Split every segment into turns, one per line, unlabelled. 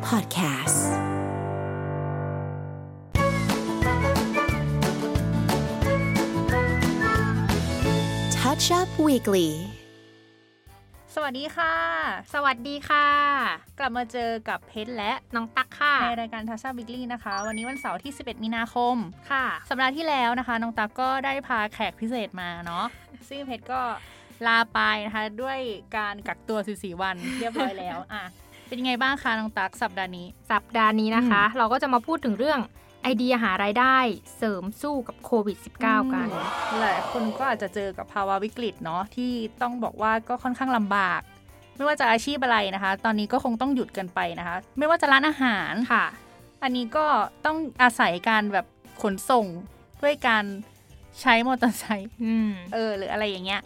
podcasts. Touch Up Weekly.
สวัสดีค่ะ
สวัสดีค่ะ
กลับมาเจอกับเพชรและ
น้องตั๊กค่ะ
ในรายการทัชชาบิกลี่นะคะ วันนี้วันเสาร์ที่ 11 มีนาคม
ค่ะ
สัปดาห์ที่แล้วนะคะ น้องตั๊กก็ได้พาแขกพิเศษมาเนาะ ซึ่งเพชรก็ลาไปนะคะ ด้วยการกักตัว 14 วันเรียบร้อยแล้ว อ่ะ เป็นยังไงบ้างคะน้องตั๊กสัปดาห์นี้
สัปดาห์นี้นะคะ เราก็จะมาพูดถึงเรื่องไอเดียหารายได้เสริมสู้กับโควิด -19 กัน
หลายคนก็อาจจะเจอกับภาวะวิกฤตเนาะที่ต้องบอกว่าก็ค่อนข้างลำบาก ไม่ว่าจะอาชีพอะไรนะคะ ตอนนี้ก็คงต้องหยุดกันไปนะคะ ไม่ว่าจะร้านอาหาร
ค่ะ
อันนี้ก็ต้องอาศัยการแบบขนส่งด้วยการใช้มอเตอร์ไซค์
อืม
เออหรืออะไรอย่างเงี้ย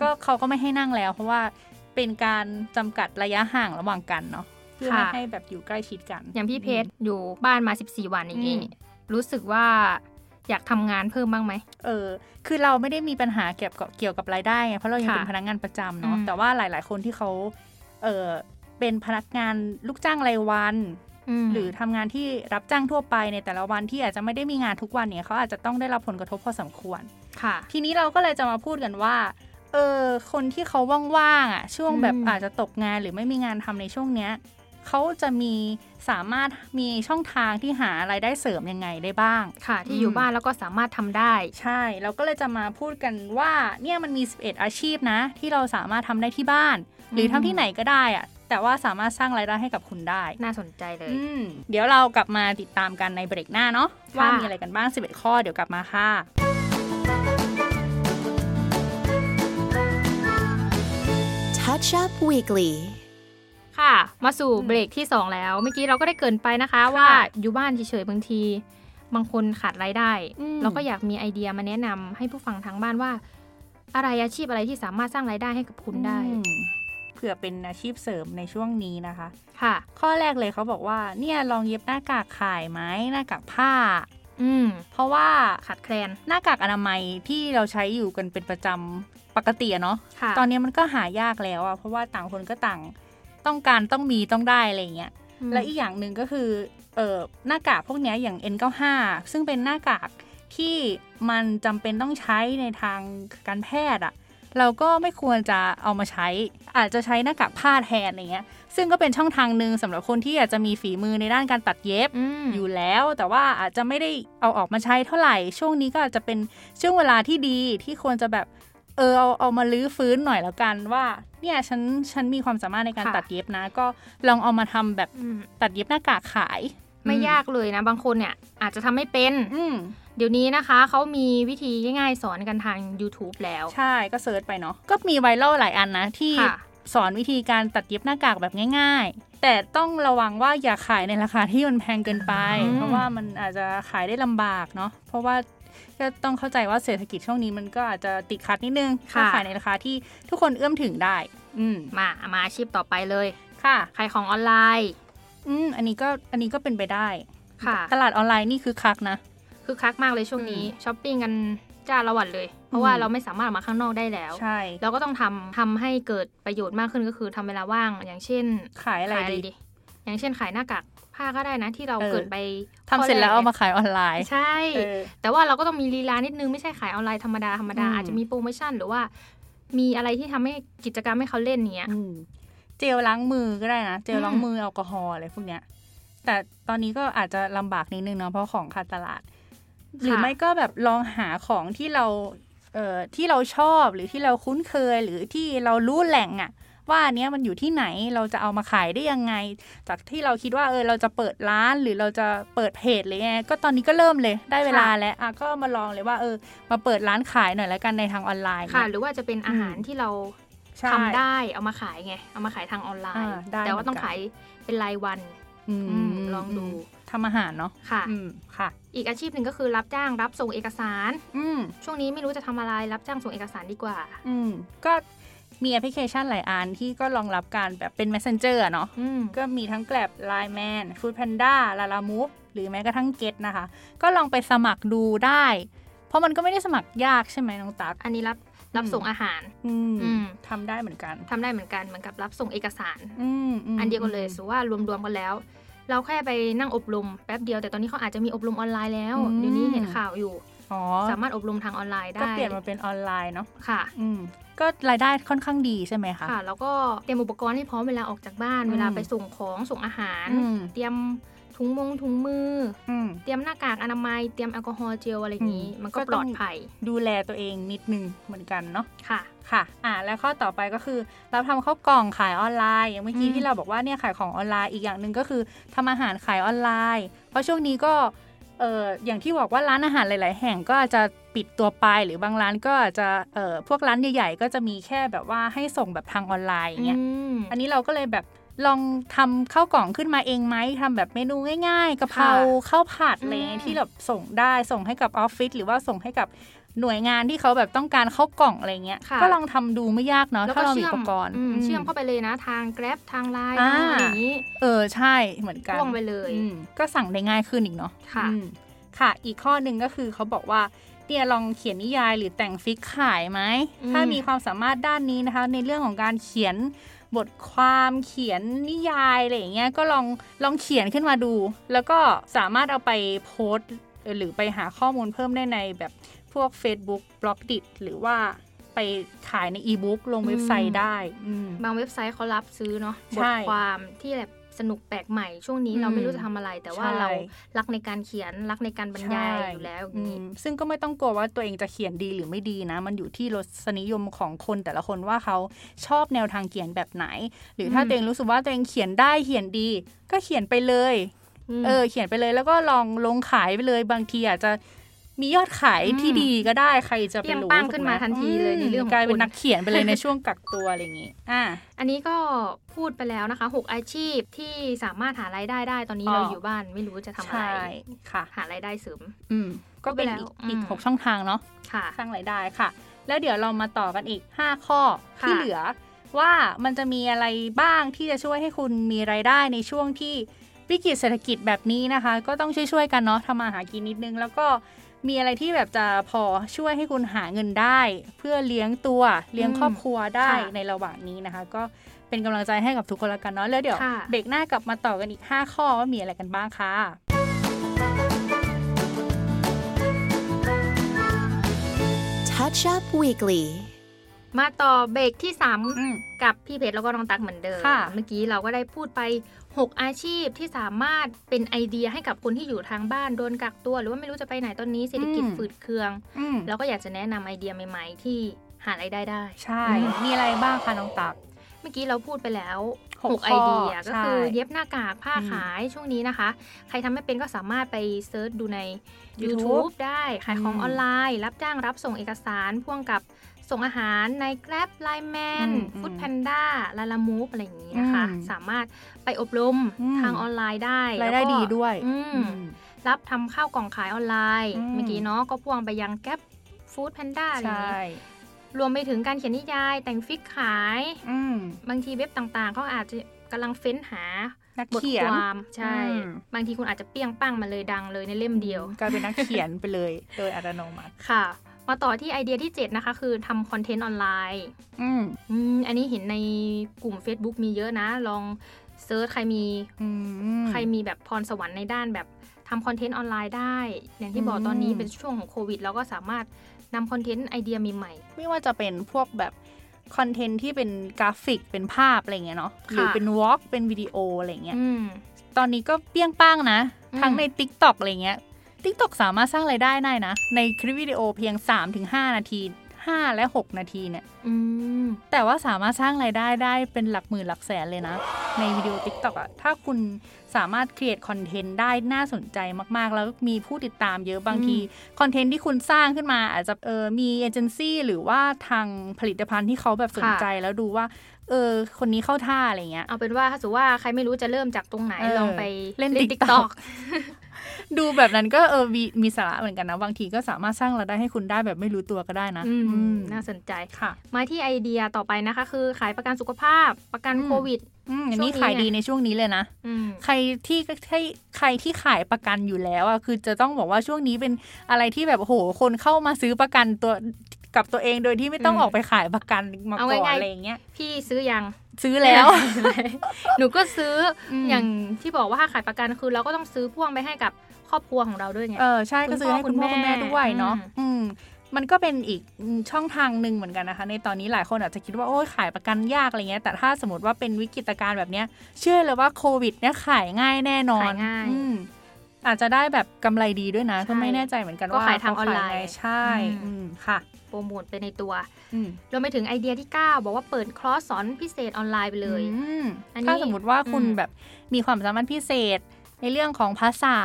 ก็เขาก็ไม่ให้นั่งแล้ว เพราะว่าเป็นการจำกัดระยะห่างระหว่างกันเนาะเพื่อไม่
ค่ะ
ให้แบบอยู่ใกล้ชิดกัน
อย่างพี่เพชรอยู่บ้านมา 14 วันอย่างนี้
อืม
รู้สึกว่าอยากทำงานเพิ่มบ้างไหม
เออ คือเราไม่ได้มีปัญหาเกี่ยวกับเกี่ยวกับรายได้ไงเพราะเรายัง
ค่ะ
เป็นพนักงานประจำเนาะ
อืม
แต่ว่าหลาย ๆ คนที่เขาเออเป็นพนักงานลูกจ้างรายวัน
ม
หรือทำงานที่รับจ้างทั่วไปในแต่ละวันที่อาจจะไม่ได้มีงานทุกวันเนี่ยเขาอาจจะต้องได้รับผลกระทบพอสมควร
ค่ะ
ทีนี้เราก็เลยจะมาพูดกันว่า เออ คนที่เขาว่างๆอ่ะ ช่วงแบบ
อืม
อาจจะตกงานหรือไม่มีงานทำในช่วงเนี้ยเขาจะมีสามารถมีช่องทางที่หารายได้เสริมยังไงได้บ้าง
ค่ะ ที่
อืม
อยู่บ้านแล้วก็สามารถทำได้
ใช่ เราก็เลยจะมาพูดกันว่า เนี่ยมันมี 11 อาชีพนะ ที่เราสามารถทำได้ที่บ้าน หรือทำที่ไหนก็ได้อะแต่ว่าสามารถสร้างรายได้ให้กับคุณได้
น่าสนใจเลย
อืม เดี๋ยวเรากลับมาติดตามกันในเบรกหน้าเนาะ
ค่ะ
ว่ามีอะไรกันบ้าง 11 ข้อเดี๋ยวกลับมาค่ะ
Touch Up Weekly.
ค่ะ มาสู่เบรกที่ 2 แล้ว เมื่อกี้เราก็ได้เกรินไปนะคะ ว่าอยู่บ้านเฉยๆบางที บางคนขาดรายได้
อืม
เราก็อยากมีไอเดียมาแนะนำให้ผู้ฟังทางบ้านว่า อะไรอาชีพอะไรที่สามารถสร้างรายได้ให้กับคุณได้
อืมเผื่อเป็นอาชีพเสริมในช่วงนี้นะคะ
ค่ะ
ข้อแรกเลยเขาบอกว่า เนี่ยลองเย็บหน้ากากขายไหมหน้ากากผ้า
อืม
เพราะว่า
ขาดแคลน
หน้ากากอนามัยที่เราใช้อยู่กันเป็นประจำปกติอะเนาะ
ค่ะ
ตอนนี้มันก็หายากแล้วอะเพราะว่าต่างคนก็ต่างต้องการต้องมีต้องได้อะไรอย่างเงี้ย
อืม
และอีกอย่างหนึ่งก็คือเออหน้ากากพวกเนี้ยอย่าง N95 ซึ่งเป็นหน้ากากที่มันจำเป็นต้องใช้ในทางการแพทย์อะเราก็ไม่ควรจะเอามาใช้ อาจจะใช้หน้ากากผ้าแทนอะไรเงี้ย ซึ่งก็เป็นช่องทางหนึ่งสำหรับคนที่อาจจะมีฝีมือในด้านการตัดเย็บ
อืม
อยู่แล้วแต่ว่าอาจจะไม่ได้เอาออกมาใช้เท่าไหร่ ช่วงนี้ก็อาจจะเป็นช่วงเวลาที่ดีที่ควรจะแบบเออเอาเอามาลื้อฟื้นหน่อยแล้วกันว่าเนี่ยฉันฉันมีความสามารถในการตัดเย็บนะ ก็ลองเอามาทำแบบ
อืม
ตัดเย็บหน้ากากขาย
ไม่ยากเลยนะ บางคนเนี่ย อาจจะทำไม่เป็น
อืม
เดี๋ยวนี้นะคะ เขามีวิธีง่ายๆสอนกันทาง YouTube แล้ว
ใช่ก็เซิร์ชไปเนาะก็มีไวรัลหลายอันนะที่
ค่ะ
สอนวิธีการตัดเย็บหน้ากากแบบง่าย ๆ แต่ต้องระวังว่าอย่าขายในราคาที่มันแพงเกินไป
อืม
เพราะว่ามันอาจจะขายได้ลำบากเนาะเพราะว่าก็ต้องเข้าใจว่าเศรษฐกิจช่วงนี้มันก็อาจจะติดขัดนิดนึงถ้าขายในราคาที่ทุกคนเอื้อมถึงได้ อืม
มามาอาชีพต่อไปเลย
ค่ะ
ขายของออนไลน์
อืมอันนี้ก็อันนี้ก็เป็นไปได้
ค่ะ
ตลาดออนไลน์นี่คือคักนะ
คือคักมากเลยช่วงนี้ช้อปปิ้งกันจ้าละวันเลย เพ
อืม
ราะว่าเราไม่สามารถออกมาข้างนอกได้แล้ว
ใช่
เราก็ต้องทำทำให้เกิดประโยชน์มากขึ้นก็คือทำเวลาว่างอย่างเช่น
ขายอะไร
ขายอะไร
ดี
ดี อย่างเช่นขายหน้ากากผ้าก็ได้นะ ที่เรา
เออ
เกิดไป
ทำเสร็จแล้วเอามาขายออนไลน์
ใช่
เออ
แต่ว่าเราก็ต้องมีลีลานิดนึงไม่ใช่ขายออนไลน์ธรรมดาธรรมดา
อืม
อาจจะมีโปรโมชั่นหรือว่า มีอะไรที่ทำให้กิจกรรมให้เขาเล่นเนี้ย
อืมเจลล้างมือก็ได้นะ เจลล้าง
อืม
มือแอลกอฮอล์อะไรพวกเนี้ย แต่ตอนนี้ก็อาจจะลำบากนิดนึงเนาะเพราะของขาดตลาด หรือไม่ก็แบบลองหาของที่เราเอ่อที่เราชอบหรือที่เราคุ้นเคยหรือที่เรารู้แหล่งอะว่าอันเนี้ยมันอยู่ที่ไหนเราจะเอามาขายได้ยังไง จากที่เราคิดว่าเออเราจะเปิดร้านหรือเราจะเปิดเพจหรือไงก็ตอนนี้ก็เริ่มเลยได้เวลาแล้วอ่ะก็มาลองเลยว่าเออ มาเปิดร้านขายหน่อยละกันในทางออนไลน์
ค่ะ หรือว่าจะเป็นอาหารที่เรา
ใช่
ทำได้เอามาขายไงเอามาขายทางออนไลน์
อ่าได้
แต่ว่าต้อง
เหมือนกัน
ขายเป็นรายวัน
อืม
อืมลองดู
ทำอาหารเนาะ
ค่ะ
อืมค่ะ
อีกอาชีพหนึ่งก็คือรับจ้างรับส่งเอกสาร
อืม
ช่วงนี้ไม่รู้จะทำอะไรรับจ้างส่งเอกสารดีกว่า
อืม ก็มีแอปพลิเคชันหลายอันที่ก็รองรับการแบบเป็น messenger อะเนาะ
อืม
ก็มีทั้ง Grab Line Man Food Panda l a l a m o v e หรือแม้กระทั่ง Get นะคะ ก็ลองไปสมัครดูได้ เพราะมันก็ไม่ได้สมัครยากใช่ไหมน้องตั๊ก
อันนี้รับรับส่งอาหาร
อืม
อืม
ทำได้เหมือนกัน
ทำได้เหมือนกันเหมือนกับรับส่งเอกสาร
อืมม
อันเดียวกันเลยสมมุติว่ารวมๆกันแล้ว เราแค่ไปนั่งอบรมแป๊บเดียวแต่ตอนนี้เขาอาจจะมีอบรมออนไลน์แล้ว
อืม
เดี๋ยวนี้เห็นข่าวอยู่
อ๋อ
สามารถอบรมทางออนไลน์
ก็
ได้
เปลี่ยนมาเป็นออนไลน์เนาะ
ค่ะ
อืมก็รายได้ค่อนข้างดีใช่ไหมคะ
ค่ะ แล้วก็เตรียมอุปกรณ์ให้พร้อมเวลาออกจากบ้าน
อืม
เวลาไปส่งของส่งอาหาร
อืม
เตรียมถุงมงถุงมือ
อืม
เตรียมหน้ากากอนามัย เตรียมแอลกอฮอล์เจลอะไรอย่างนี้
อืม
มันก็
ก็
ป
ต้
ล
อง
อดภัย
ดูแลตัวเองนิดนึงเหมือนกันเนาะ
ค่ะ
ค่ะ อ่า แล้วข้อต่อไปก็คือเราทำข้าวกล่องขายออนไลน์ อย่างเมื่อกี้
อืม
ที่เราบอกว่าเนี่ยขายของออนไลน์ อีกอย่างหนึ่งก็คือทำอาหารขายออนไลน์ เพราะช่วงนี้ก็ เอออย่างที่บอกว่าร้านอาหารหลาย ๆ แห่งก็อาจจะปิดตัวไป หรือบางร้านก็อาจจะ เออพวกร้านใหญ่ ๆ ก็จะมีแค่แบบว่าให้ส่งแบบทางออนไลน์อย่างเงี้ย
อืม
อันนี้เราก็เลยแบบลองทำข้าวกล่องขึ้นมาเองไหมทำแบบเมนูง่าย ๆกะเพรา
ค่ะ
ข้าวผัดอะไร
อืม
ที่แบบส่งได้ส่งให้กับออฟฟิศหรือว่าส่งให้กับหน่วยงานที่เขาแบบต้องการข้าวกล่องอะไรเงี้ย
ค่ะ
ก็ลองทำดูไม่ยากเนาะ
แล้ว
ถ้า
ก็
เรามี
เชื่อ
อุป
ม
กรณ์
อืม
อืม
เชื่อมเข้าไปเลยนะทาง Grab ทางไลน์
อ่า
อะไรอย่างนี้
เออใช่เหมือนกัน
พ่วงไปเลย
อืมก็สั่งได้ง่ายขึ้นอีกเนาะ
ค่ะ
อืมค่ะ อีกข้อหนึ่งก็คือเขาบอกว่าเนี่ยลองเขียนนิยายหรือแต่งฟิกขายไหม
อืม
ถ้ามีความสามารถด้านนี้นะคะ ในเรื่องของการเขียนบทความเขียนนิยายอะไรอย่างเงี้ยก็ลองลองเขียนขึ้นมาดู แล้วก็สามารถเอาไปโพสต์เอ่อหรือไปหาข้อมูลเพิ่มได้ในแบบพวก Facebook บล็อกดิหรือว่าไปขายในอีบุ๊กลงเว็บไซต์ได้อืม
บางเว็บไซต์เขารับซื้อเนาะบ
ใช่
ทความที่แบบสนุกแปลกใหม่ช่วงนี้
อืม
เราไม่รู้จะทำอะไร แต่ว่า
ใช่
เรารักในการเขียนรักในการบรรยายอยู่แล้วอย่างนี้
อืมซึ่งก็ไม่ต้องกลัวว่าตัวเองจะเขียนดีหรือไม่ดีนะ มันอยู่ที่รสนิยมของคนแต่ละคนว่าเขาชอบแนวทางเขียนแบบไหน หรือถ้า
อืม
ตัวเองรู้สึกว่าตัวเองเขียนได้เขียนดี ก็เขียนไปเลย
ม
เออ เขียนไปเลยแล้วก็ลองลงขายไปเลย บางทีอาจจะมียอดขาย
อืม
ที่ดีก็ได้ใครจะไป
เปรี้ยง
รู้
ปั้งขึ้นมาทันทีเลยในเรื่องของ
กลายเป็น
คุณ
นักเขียนไป เลยในช่วงกักตัวอะไรอย่างงี้อ่า
อันนี้ก็พูดไปแล้วนะคะ 6 อาชีพที่สามารถหารายได้ได้ตอนนี้
อ๋อ
เราอยู่บ้านไม่รู้จะทำอะไร
ใช่ค่ะ
หารายได้เสริม
อืมก็เป็น
ก็ไปแล้ว
อีก
อืม
อีกหกช่องทางเนาะ
ค่ะ
สร้างรายได้ค่ะ แล้วเดี๋ยวเรามาต่อกันอีก 5 ข้อ
ค่ะ
ที่เหลือ ว่ามันจะมีอะไรบ้างที่จะช่วยให้คุณมีรายได้ในช่วงที่วิกฤตเศรษฐกิจแบบนี้นะคะ ก็ต้องช่วยๆกันเนาะทำมาหากินนิดนึง แล้วก็มีอะไรที่แบบจะพอช่วยให้คุณหาเงินได้ เพื่อเลี้ยงตัวเลี้ยงครอบครัวได้ในระหว่างนี้นะคะ ก็เป็นกำลังใจให้กับทุกคนละกันเนาะแล้วเดี๋ยวเบรกหน้ากลับมาต่อกันอีก 5 ข้อว่ามีอะไรกันบ้างค่ะ
Touch Up Weekly.
มาต่อเบรกที่ 3
อืม
กับพี่เพชรแล้วก็น้องตักเหมือนเดิม
ค่ะ
เมื่อกี้เราก็ได้พูดไป 6 อาชีพที่สามารถเป็นไอเดียให้กับคนที่อยู่ทางบ้านโดนกักตัว หรือว่าไม่รู้จะไปไหนตอนนี้เศรษฐกิจฝืดเคือง
อืม
เราก็อยากจะแนะนำไอเดียใหม่ๆ ที่หารายได้ได้
ใช่มีอะไรบ้างคะน้องตัก
เมื่อกี้เราพูดไปแล้ว
หก
6
ข้อ
ไอเดียก็
ใช่
คือเย็บหน้ากากผ้า
อืม
ขายช่วงนี้นะคะ ใครทำไม่เป็นก็สามารถไปเซิร์ชดูใน
YouTube
YouTube ได้ขายของ
อืม
ออนไลน์ รับจ้างรับส่งเอกสารพ่วงกับส่งอาหารใน Grab Line Man
อืมอืม
Food Panda l a l a m o v e อะไรอย่างนี้นะคะ
อืม
สามารถไปอบรม
อืม
ทางออนไลน์ได้
รายได้
แล้ก็
ดีด้วย
อืม
อืม
รับทำข้าวกล่องขายออนไลน์
อืม
เมื่อกี้เนาะก็พ่วงไปยัง Grab Food Panda อะไรอย่าง
ใช่
นี้รวมไปถึงการเขียนนิยายแต่งฟิกขาย
อืม
บางทีเว็บต่างๆเขาอาจจะกำลังเฟ้นหา
นัก
บท
เขีย
คน วามใช่
อืม
บางทีคุณอาจจะเปี้ยงปั้งมาเลยดังเลยในเล่มเดียว
กลายเป็นนักเขียนไปเลย โดยอัตโนมัติ
ค่ะ มาต่อที่ไอเดียที่ 7 นะคะ คือทำคอนเทนต์ออนไลน์
อืม
อืมอันนี้เห็นในกลุ่ม Facebook มีเยอะนะ ลองเซิร์ชใครมี
อืม
ใครมีแบบพรสวรรค์ในด้านแบบทำคอนเทนต์ออนไลน์ได้ อย่างที่บอก
อืม
ตอนนี้เป็นช่วงของโควิดเราก็สามารถนำคอนเทนต์ไอเดียใหม่
ไม่ว่าจะเป็นพวกแบบคอนเทนต์ที่เป็นกราฟิกเป็นภาพอะไรเงี้ยเนาะ หรือ
ค่ะ
เป็นวอล์กเป็นวิดีโออะไร
ๆ
เงี้ย
อืม
ตอนนี้ก็เปี้ยงป้างนะ
อืม
ทั้งใน t ิ k t o k อะไรเงี้ย t ิ k t o k สามารถสร้างไรายได้ได้นะ ในคลิปวิดีโอเพียง 3-5 นาที 5 และ 6 นาทีเนี่ย
อืม
แต่ว่าสามารถสร้างไรายได้ได้เป็นหลักหมื่นหลักแสนเลยนะ ในวิดีโอ TikTok อะถ้าคุณสามารถ create คอนเทนต์ได้น่าสนใจมาก ๆ แล้วมีผู้ติดตามเยอะบางที คอนเทนต์ที่คุณสร้างขึ้นมา อาจจะเออมีเอเจนซี่หรือว่าทางผลิตภัณฑ์ที่เขาแบบสนใจแล้วดูว่า เออ คนนี้เข้าท่าอะไรเงี้ย
เอาเป็นว่าถ้าสมมติว่าใครไม่รู้จะเริ่มจากตรงไหน
เออ
ลองไป
เล่น
ติ๊
TikTok ดูแบบนั้นก็เออมีมีสาระเหมือนกันนะ บางทีก็สามารถสร้างรายได้ให้คุณได้แบบไม่รู้ตัวก็ได้นะอืม
น่าสนใจ
ค่ะ
มาที่ไอเดียต่อไปนะคะ คือขายประกันสุขภาพ ประกัน
อืม
โควิด
อืมอัน
ช่วงนี้
นี้ขาย
ไง
ดีในช่วงนี้เลยนะ
อืม
ใครที่ให้ใครที่ขายประกันอยู่แล้วอะคือจะต้องบอกว่าช่วงนี้เป็นอะไรที่แบบโอ้โหคนเข้ามาซื้อประกันตัว กับตัวเองโดยที่ไม่ต้อง
อืม
ออกไปขายประกันมา
เอา
ก่อน
ง่ายๆ
อะไรอย่างเงี้ย
พี่ซื้อยัง
ซื้อแล้ว
หนูก็ซื้ออ
ม
อย่างที่บอกว่าค่าขายประกันคือเราก็ต้องซื้อพ่วงไปให้กับครอบครัวของเราด้วยไง
เออใช่ก็ซื้อให้
คุ
คุณ
ณพ่
พ่อ
อคุ
คุณ
ณแม่
แม่ด้วยเนาะ
อืม
อืมมันก็เป็นอีกช่องทางหนึ่งเหมือนกันนะคะ ในตอนนี้หลายคนอาจจะคิดว่าโอ้ยขายประกันยากอะไรเงี้ยแต่ถ้าสมมติว่าเป็นวิกฤตการณ์แบบเนี้ย เชื่อเลยว่าโควิดเนี่ยขายง่ายแน่นอน
ขายง่าย
อืมอาจจะได้แบบกำไรดีด้วยนะ
ใช่
ก็ไม่แน่ใจเหมือนกัน
ก็
ว่า
ขายทางออนไลน์
เขยงใช่
อืม
อืมค่ะ
โปรโมทไปในตัว
อืม
รวมไปถึงไอเดียที่ 9 บอกว่าเปิดคลอร์สสอนพิเศษออนไลน์ไปเลย
อืม
อันนี้
ถ้าสมมติว่าคุณ
อืม
แบบมีความสามารถพิเศษในเรื่องของภาษา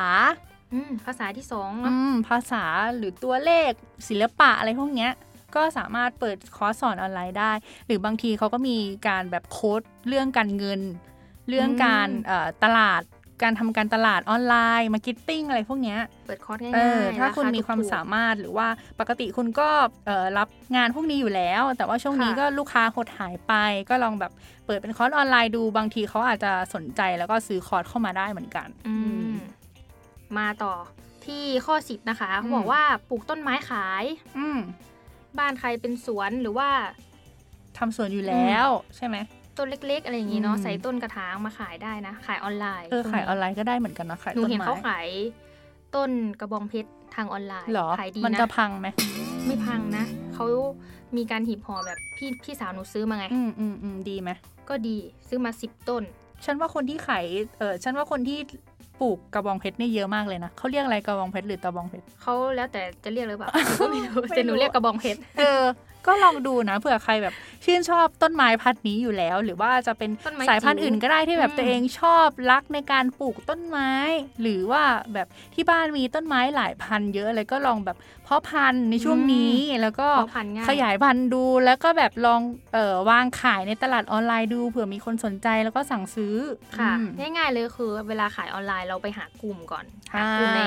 อืมภาษาที่สอง
อืมภาษาหรือตัวเลขศิลปะอะไรพวกเนี้ย ก็สามารถเปิดคอร์สสอนออนไลน์ได้ หรือบางทีเขาก็มีการแบบโค้ดเรื่องการเงิน เรื่องการเอ่อตลาดการทำการตลาดออนไลน์มาร์เก็ตติ้งอะไรพวกเนี้ย
เปิดคอร์สง่าย
เออ
ๆ
ถ้าคุณ
ร
มีความ
ถูกๆ
สามารถหรือว่าปกติคุณก็เอ่อรับงานพวกนี้อยู่แล้ว แต่ว่าช่วงนี้
ค่ะ
ก็ลูกค้าหดหายไป ก็ลองแบบเปิดเป็นคอร์สออนไลน์ดูบางทีเขาอาจจะสนใจแล้วก็ซื้อคอร์สเข้ามาได้เหมือนกัน
อื
อืม
มมาต่อที่ข้อสิบนะคะเขา
อืม
บอกว่าปลูกต้นไม้ขาย
อืม
บ้านใครเป็นสวนหรือว่า
ทำสวนอยู่แล้วใช่ไหม
ต้นเล็ก ๆ อะไรอย่างนี้เนาะ
อืม
ใส่ต้นกระถางมาขายได้นะ ขายออนไลน์
เออ
ตรง
ขายออนไลน์ก็ได้เหมือนกันนะขาย
หนู
ต้น
เห็น
ไม้
เขาขายต้นกระบองเพชรทางออนไลน์
เหรอ
ขายดี
มัน
นะ
จะพังไหม
ไม่พังนะเขามีการหีบห่อแบบพี่พี่สาวหนูซื้อมาไง
อืมอืมอืมดีไหม
ก็ดีซื้อมาสิบต้น
ฉันว่าคนที่ขายเออฉันว่าคนที่ปลูกกระบองเพชรเนี่ยเยอะมากเลยนะเขาเรียกอะไรกระบองเพชรหรือตะบองเพชร
เขาแล้วแต่จะเรียกหรือเปล่าหนูก็ไม่รู้
ไม่รู้
แต่หนูเรียกกระบองเพชร
เออ ก็ลองดูนะเผื่อใครแบบชื่นชอบต้นไม้พันธุ์นี้อยู่แล้ว หรือว่าจะเป็น
ต้นไม้
สายพันธุ์
จิ๋ว
อื่นก็ได้ที่แบบ
อืม
ตัวเองชอบรักในการปลูกต้นไม้ หรือว่าแบบที่บ้านมีต้นไม้หลายพันธุ์เยอะเลยก็ลองแบบเพาะพันธุ์ในช่วงนี้แล้วก็
เพราะพันธุ์ง่าย
ขยายพันธุ์ดูแล้วก็แบบลองเอ่อวางขายในตลาดออนไลน์ดูเผื่อมีคนสนใจแล้วก็สั่งซื้อ
ค่ะ
อืม
ง่ายๆเลยคือเวลาขายออนไลน์เราไปหากลุ่มก่อนหา
อ่าก
ลุ่มใน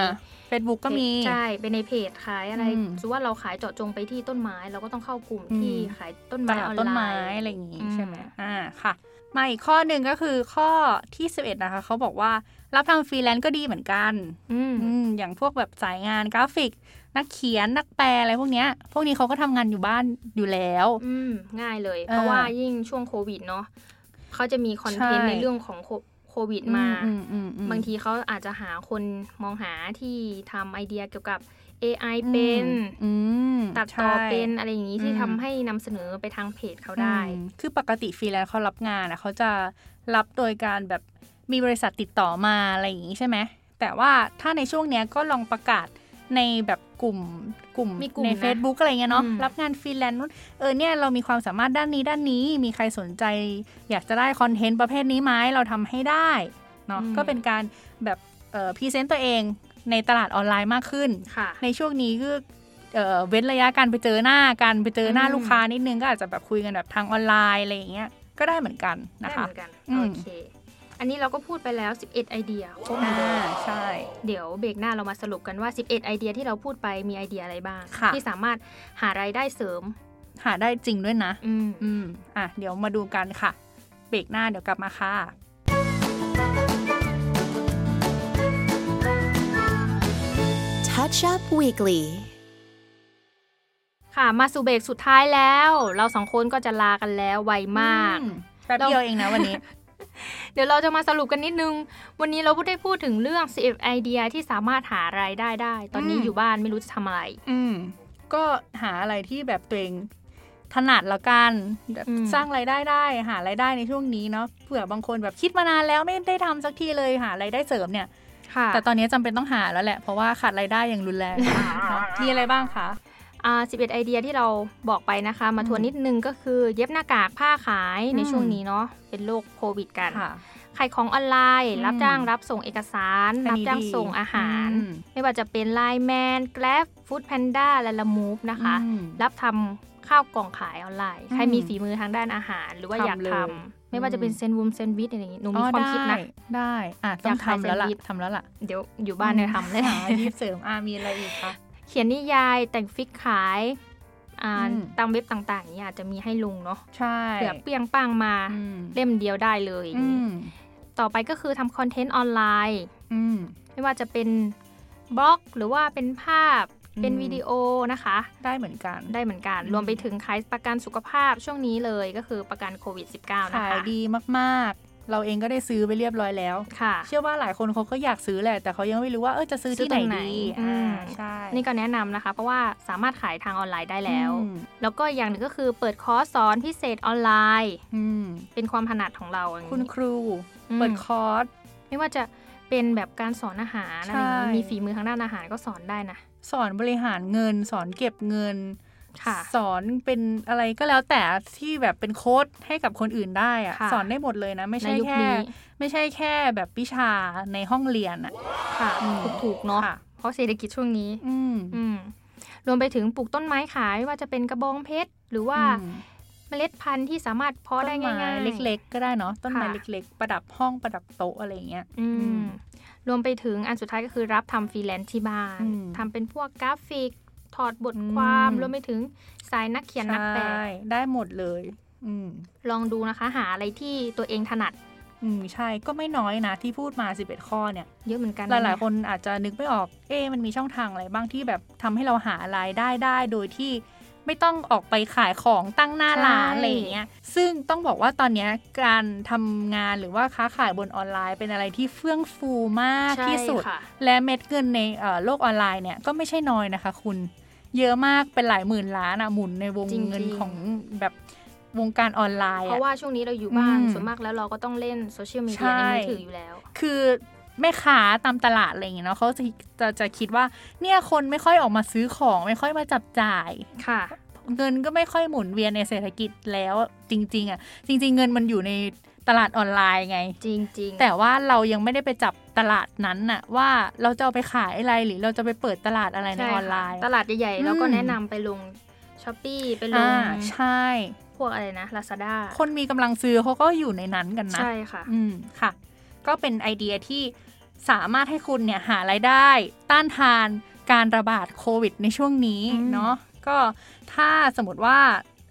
เฟซบุ๊กก็มี
ใช่ เป็นในเพจขายอะไร
อืม
สมมุติว่าเราขายเจาะจงไปที่ต้นไม้ เราก็ต้องเข้ากลุ่ม
อืม
ที่ขายต้น
ต
ไม้
ลาด
ออนไลน์
ต้นไม้อะไรอย่างงี้
อืม
ใช่ไหมอ่า ค่ะ มาอีกข้อหนึ่งก็คือข้อที่ 11 นะคะ เขาบอกว่ารับทำฟรีแลนซ์ก็ดีเหมือนกัน
อืม
อืมอย่างพวกแบบสายงานกราฟิก นักเขียนนักแปลอะไรพวกเนี้ย พวกนี้เขาก็ทำงานอยู่บ้านอยู่แล้ว
อืมง่ายเลย
เออ
เพราะว่ายิ่งช่วงโควิดเนาะเขาจะมีคอนเทนต์
ใช่
ในเรื่องของโคโควิดมา
อืมอืมอืม
บางทีเขาอาจจะหาคนมองหาที่ทำไอเดียเกี่ยวกับ AI เป็น
อืม
ตัดต่อ
ใช่
เป็นอะไรอย่างนี้ที่
อืม
ทำให้นำเสนอไปทางเพจเขาได้
อืมคือปกติฟรีแลนซ์เขารับงานอะเขาจะรับโดยการแบบมีบริษัทติดต่อมาอะไรอย่างงี้ใช่ไหม แต่ว่าถ้าในช่วงเนี้ยก็ลองประกาศในแบบกลุ่มกลุ่ม
มีกลุ่ม
ใน
นะ
Facebook อะไรเงี้ยเนาะ
อืม
รับงานฟรีแลนซ์นู่นเออเนี่ยเรามีความสามารถด้านนี้ด้านนี้ มีใครสนใจ อยากจะได้คอนเทนต์ประเภทนี้ไหมเราทำให้ได้เนาะ
อืม
ก็เป็นการแบบเอ่อพรีเซนต์ตัวเองในตลาดออนไลน์มากขึ้น
ค่ะ
ในช่วงนี้ก็เอ่อเว้นระยะการไปเจอหน้ากันไปเจอหน้า
อืม
ลูกค้านิดนึงก็อาจจะแบบคุยกันแบบทางออนไลน์อะไรอย่างเงี้ยก็ได้เหมือนกันนะ
ได้
คะ
เหมือนกัน
อืม
โอเค อันนี้เราก็พูดไปแล้ว 11 ไอเดียครบหมด
อ่า
เลย
ใช่
เดี๋ยวเบรกหน้าเรามาสรุปกันว่า 11 ไอเดียที่เราพูดไปมีไอเดียอะไรบ้าง
ค่ะ
ที่สามารถหารายได้เสริม
หาได้จริงด้วยนะ
อืม
อืมอ่ะเดี๋ยวมาดูกันค่ะเบรกหน้าเดี๋ยวกลับมาค่ะ
Touch Up Weekly.
ค่ะ มาสู่เบรกสุดท้ายแล้ว เราสองคนก็จะลากันแล้วไวมาก
อืแป๊บเดียวเองนะวันนี้
เดี๋ยวเราจะมาสรุปกันนิดนึง วันนี้เราได้พูดถึงเรื่อง 11 ไอเดียที่สามารถหารายได้ได้ ตอนนี้
อืม
อยู่บ้านไม่รู้จะทำ อะไร
อืมก็หาอะไรที่แบบตัวเองถนัดแล้วกันแบบ
อืม
สร้างรายได้ได้ หารายได้ในช่วงนี้เนาะเผื่อบางคนแบบคิดมานานแล้วไม่ได้ทำสักทีเลยหารายได้เสริมเนี่ย
ค่ะ
แต่ตอนนี้จำเป็นต้องหาแล้วแหละ เพราะว่าขาดรายได้อย่างรุนแรงเนอะมีอะไรบ้างคะ
อ่า11 ไอเดียที่เราบอกไปนะคะ มาทวน
อืม
นิดนึงก็คือ เย็บหน้ากากผ้าขายใน
อืม
ช่วงนี้เนาะเป็นโรคโควิดกัน
ค่ะ
ขายของออนไลน์
อืม
รับจ้างรับส่งเอกสาร
อัน
รับ
นี้
จ้าง
ดี
ส่งอาหาร
อืม
ไม่ว่าจะเป็นไลน์แมนแกร็บฟู้ดแพนด้าและละมูฟนะคะ
อืม
รับทำข้าวกล่องขายออนไลน์ ใคร
อืม
มีฝีมือทางด้านอาหาร หรือว่า
ทำ
อยาก
เลย
ทำไม่ว่าจะเป็น
อืม
เซนวูมเซนวิชอะไรอย่างงี้หนูมี
อ๋อ
ความคิดนะ
ได้ได้อ่ะต้อย
อาก
ง
ขาย
ทำแล้วล่ะ
เซนต์ยิป
ทำแล้วล่ะ
เดี๋ยวอยู่บ้านเนี่ยทำเลย
หาอาชีพเสริมอ่ะมีอะไรอีกคะ
เขียนนิยายแต่งฟิกขายอ่าน
อืม
ตามเว็บต่างๆอย่างนี้อาจจะมีให้ลุงเนาะ
ใช่
เผื่อเปรียงปังมา
อืม
เล่มเดียวได้เลยอย่าง
อื
งี้
ม
ต่อไปก็คือทำคอนเทนต์ออนไลน์
อืม
ไม่ว่าจะเป็นบล็อกหรือว่าเป็นภาพ เป็นวิดีโอนะคะ
ได้เหมือนกัน
ได้เหมือนกัน
อืม
รวมไปถึงขายประกันสุขภาพช่วงนี้เลยก็คือประกันโควิด -19 นะ
ขาย
คะ
ดีมากๆ เราเองก็ได้ซื้อไปเรียบร้อยแล้ว
ค่ะ
เชื่อว่าหลายคนเขาก็อยากซื้อแหละ แต่เขายังไม่รู้ว่าเออจะซื้อที่ไหนดี
ซื้อตรงไหนอื
อ่าม ใช่
นี่ก็แนะนำนะคะ เพราะว่าสามารถขายทางออนไลน์ได้แล้ว
อืม
แล้วก็อย่างหนึ่งก็คือเปิดคอร์สสอนพิเศษออนไลน์
อืม
เป็นความถนัดของเราอย่างนี้
คุณครู
อืม
เปิดคอร์ส
ไม่ว่าจะเป็นแบบการสอนอาหารอะไรอย่าง
ใช่
นี้มีฝีมือทางด้านอาหารก็สอนได้นะ
สอนบริหารเงิน สอนเก็บเงิน
ค่ะ
สอนเป็นอะไรก็แล้วแต่ที่แบบเป็นโค้ดให้กับคนอื่นได้อะ
ค่ะ
สอนได้หมดเลยนะ ไม่
ใน
ใช่
ยุค
แค่
นี้
ไม่ใช่แค่แบบวิชาในห้องเรียนอะ
ค่ะ
อืม
ถูกๆเนาะ
ค่ะ
เพราะเศรษฐกิจช่วงนี้
อืม
อืมรวมไปถึงปลูกต้นไม้ขายไม่ว่าจะเป็นกระบองเพชรหรือว่า
อืม
เมล็ดพันธุ์ที่สามารถเพาะได้ง่า
ต้น
ยๆ
ไม้เล็กๆ ก็ได้เนาะต้นไม้
ค่ะ
เล็กๆ ประดับห้องประดับโต๊ะอะไรอย่างเงี้ย
อื
อื
ม
ม
รวมไปถึงอันสุดท้ายก็คือรับทำฟรีแลนซ์ที่บ้าน
อืม
ทำเป็นพวกกราฟิก ถอดบทความ
อืม
รวมไปถึงสายนักเขียนนักแปล
ใช่ได้หมดเลย อืม
ลองดูนะคะ หาอะไรที่ตัวเองถนัด
อืมใช่ก็ไม่น้อยนะที่พูดมา 11 ข้อเนี่ย
เยอะเหมือนกัน
หลาย
ะ
ๆ คนอาจจะนึกไม่ออก เอ๊ะมันมีช่องทางอะไรบ้างที่แบบทำให้เราหารายได้ได้ โดยที่ไม่ต้องออกไปขายของตั้งหน้าร้านอะไรอย่างเงี้ยซึ่งต้องบอกว่าตอนเนี้ยการทำงานหรือว่าค้าขายบนออนไลน์เป็นอะไรที่เฟื่องฟูมาก
ใช่
ที่สุด
ค่ะ
และเม็ดเงินในเอ่อโลกออนไลน์เนี่ยก็ไม่ใช่น้อยนะคะ คุณ เยอะมากเป็นหลายหมื่นล้านอะหมุนในวงเงินของแบบวงการออนไลน์
เพ
อะ
ราะว่าช่วงนี้เราอยู่บ้าน
อืม
ส่วนมากแล้วเราก็ต้องเล่นโซเชียลมีเดี
ใช่
ยในมือถืออยู่แล้ว
คือแม่ค้าตามตลาดอะไรอย่างเงี้ยเนาะเขาจะจะจะคิดว่าเนี่ยคนไม่ค่อยออกมาซื้อของไม่ค่อยมาจับจ่าย
ค่ะ
เงินก็ไม่ค่อยหมุนเวียนในเศรษฐกิจแล้วจริง ๆอ่ะจริง ๆ เงินมันอยู่ในตลาดออนไลน์ไง
จริงๆ
แต่ว่าเรายังไม่ได้ไปจับตลาดนั้นน่ะว่าเราจะเอาไปขายอะไรหรือเราจะไปเปิดตลาดอะไรใน
ช่
อ
ค่ะ
อนไลน์
ตลาดใหญ่
อืม
ๆแล้วก็แนะนำไปลงช้อปปี้ไปลง
อ่าใช่
พวกอะไรนะ Lazada
คนมีกำลังซื้อเขาก็อยู่ในนั้นกันนะ
ใช่ค่ะ
อืมค่ะ ก็เป็นไอเดียที่สามารถให้คุณเนี่ยหารายได้ ต้านทานการระบาดโควิดในช่วงนี้
อืม
เนาะก็ถ้าสมมติว่า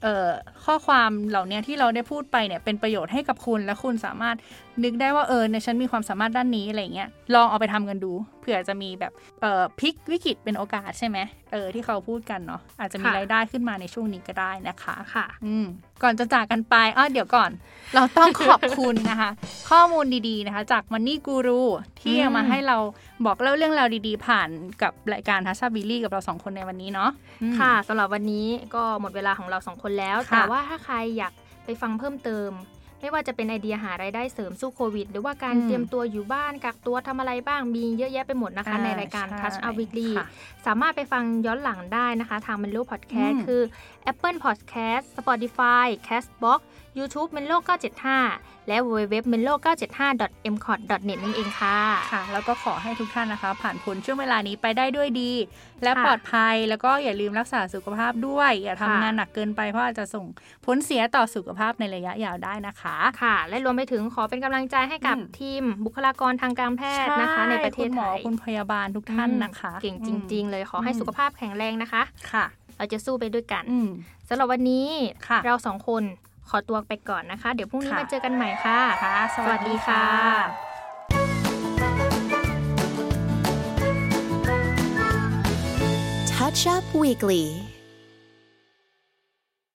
เอ่อข้อความเหล่าเนี้ยที่เราได้พูดไปเนี่ยเป็นประโยชน์ให้กับคุณและคุณสามารถนึกได้ว่าเออในยฉันมีความสามารถด้านนี้อะไรเงี้ยลองเอาไปทำกันดูเผื่อจะมีแบบเอ่อพลิกวิกฤตเป็นโอกาสใช่ไหมเออที่เขาพูดกันเนาะอาจจะมีรายได้ขึ้นมาในช่วงนี้ก็ได้นะคะ
ค่ะ
อืมก่อนจะจากกันไปอ้อเดี๋ยวก่อน เราต้องขอบคุณนะคะ ข้อมูลดีๆนะคะ จากมันนี่กูรูที่
อืม
เอามาให้เราบอกเล่าเรื่องราวดีๆ ผ่านกับรายการทัชชาบิลลี่กับเราสองคนในวันนี้เนาะอืม
ค่ะสำหรับวันนี้ก็หมดเวลาของเราสองคนแล้ว
ค่ะ
แต่ว่าถ้าใครอยากไปฟังเพิ่มเติม ไม่ว่าจะเป็นไอเดียหารายได้เสริมสู้โควิด หรือว่าการเตรียมตัวอยู่บ้านกักตัวทำอะไรบ้างมีเยอะแยะไปหมดนะคะ ในรายการ
ใช่
Touch Up Weekly
ค่ะ
สามารถไปฟังย้อนหลังได้นะคะ ทางมันโลกพอดแคส
อื
ต์
ม
คือ Apple Podcast Spotify Castbox YouTube มันโลก975 และ w w w มันโลก975 m c o t n e t นั่นเองค่ะ
ค่ะ แล้วก็ขอให้ทุกท่านนะคะ ผ่านพ้นช่วงเวลานี้ไปได้ด้วยดี และ
ค่ะ
ปลอดภัยแล้วก็อย่าลืมรักษาสุขภาพด้วย อย่า
ค่ะ
ทำงานหนักเกินไปเพราะอาจจะส่งผลเสียต่อสุขภาพในระยะยาวได้นะคะ
ค่ะ และรวมไปถึงขอเป็นกำลังใจให้กับ
อืม
ทีมบุคลากรทางการแพทย์นะคะ ในประเท
คุ
ศ
ณหม
ไท
อย คุณพยาบาลทุกท่านนะคะ
เก่งจริง ๆ เลยขอให้สุขภาพแข็งแรงนะคะ
ๆค่ะ
เราจะสู้ไปด้วยกัน
อืม
สำหรับวันนี้
ค่ะ
เราสองคนขอตัวไปก่อนนะคะ เดี๋ยวพรุ่งนี้
ค่ะ
มาเจอกันใหม่ค่ะ
ค่ะ ส
ส
วั
วั
ส
ส
ดี
ดี
ค่
ค่ะ ะ
Touch Up Weekly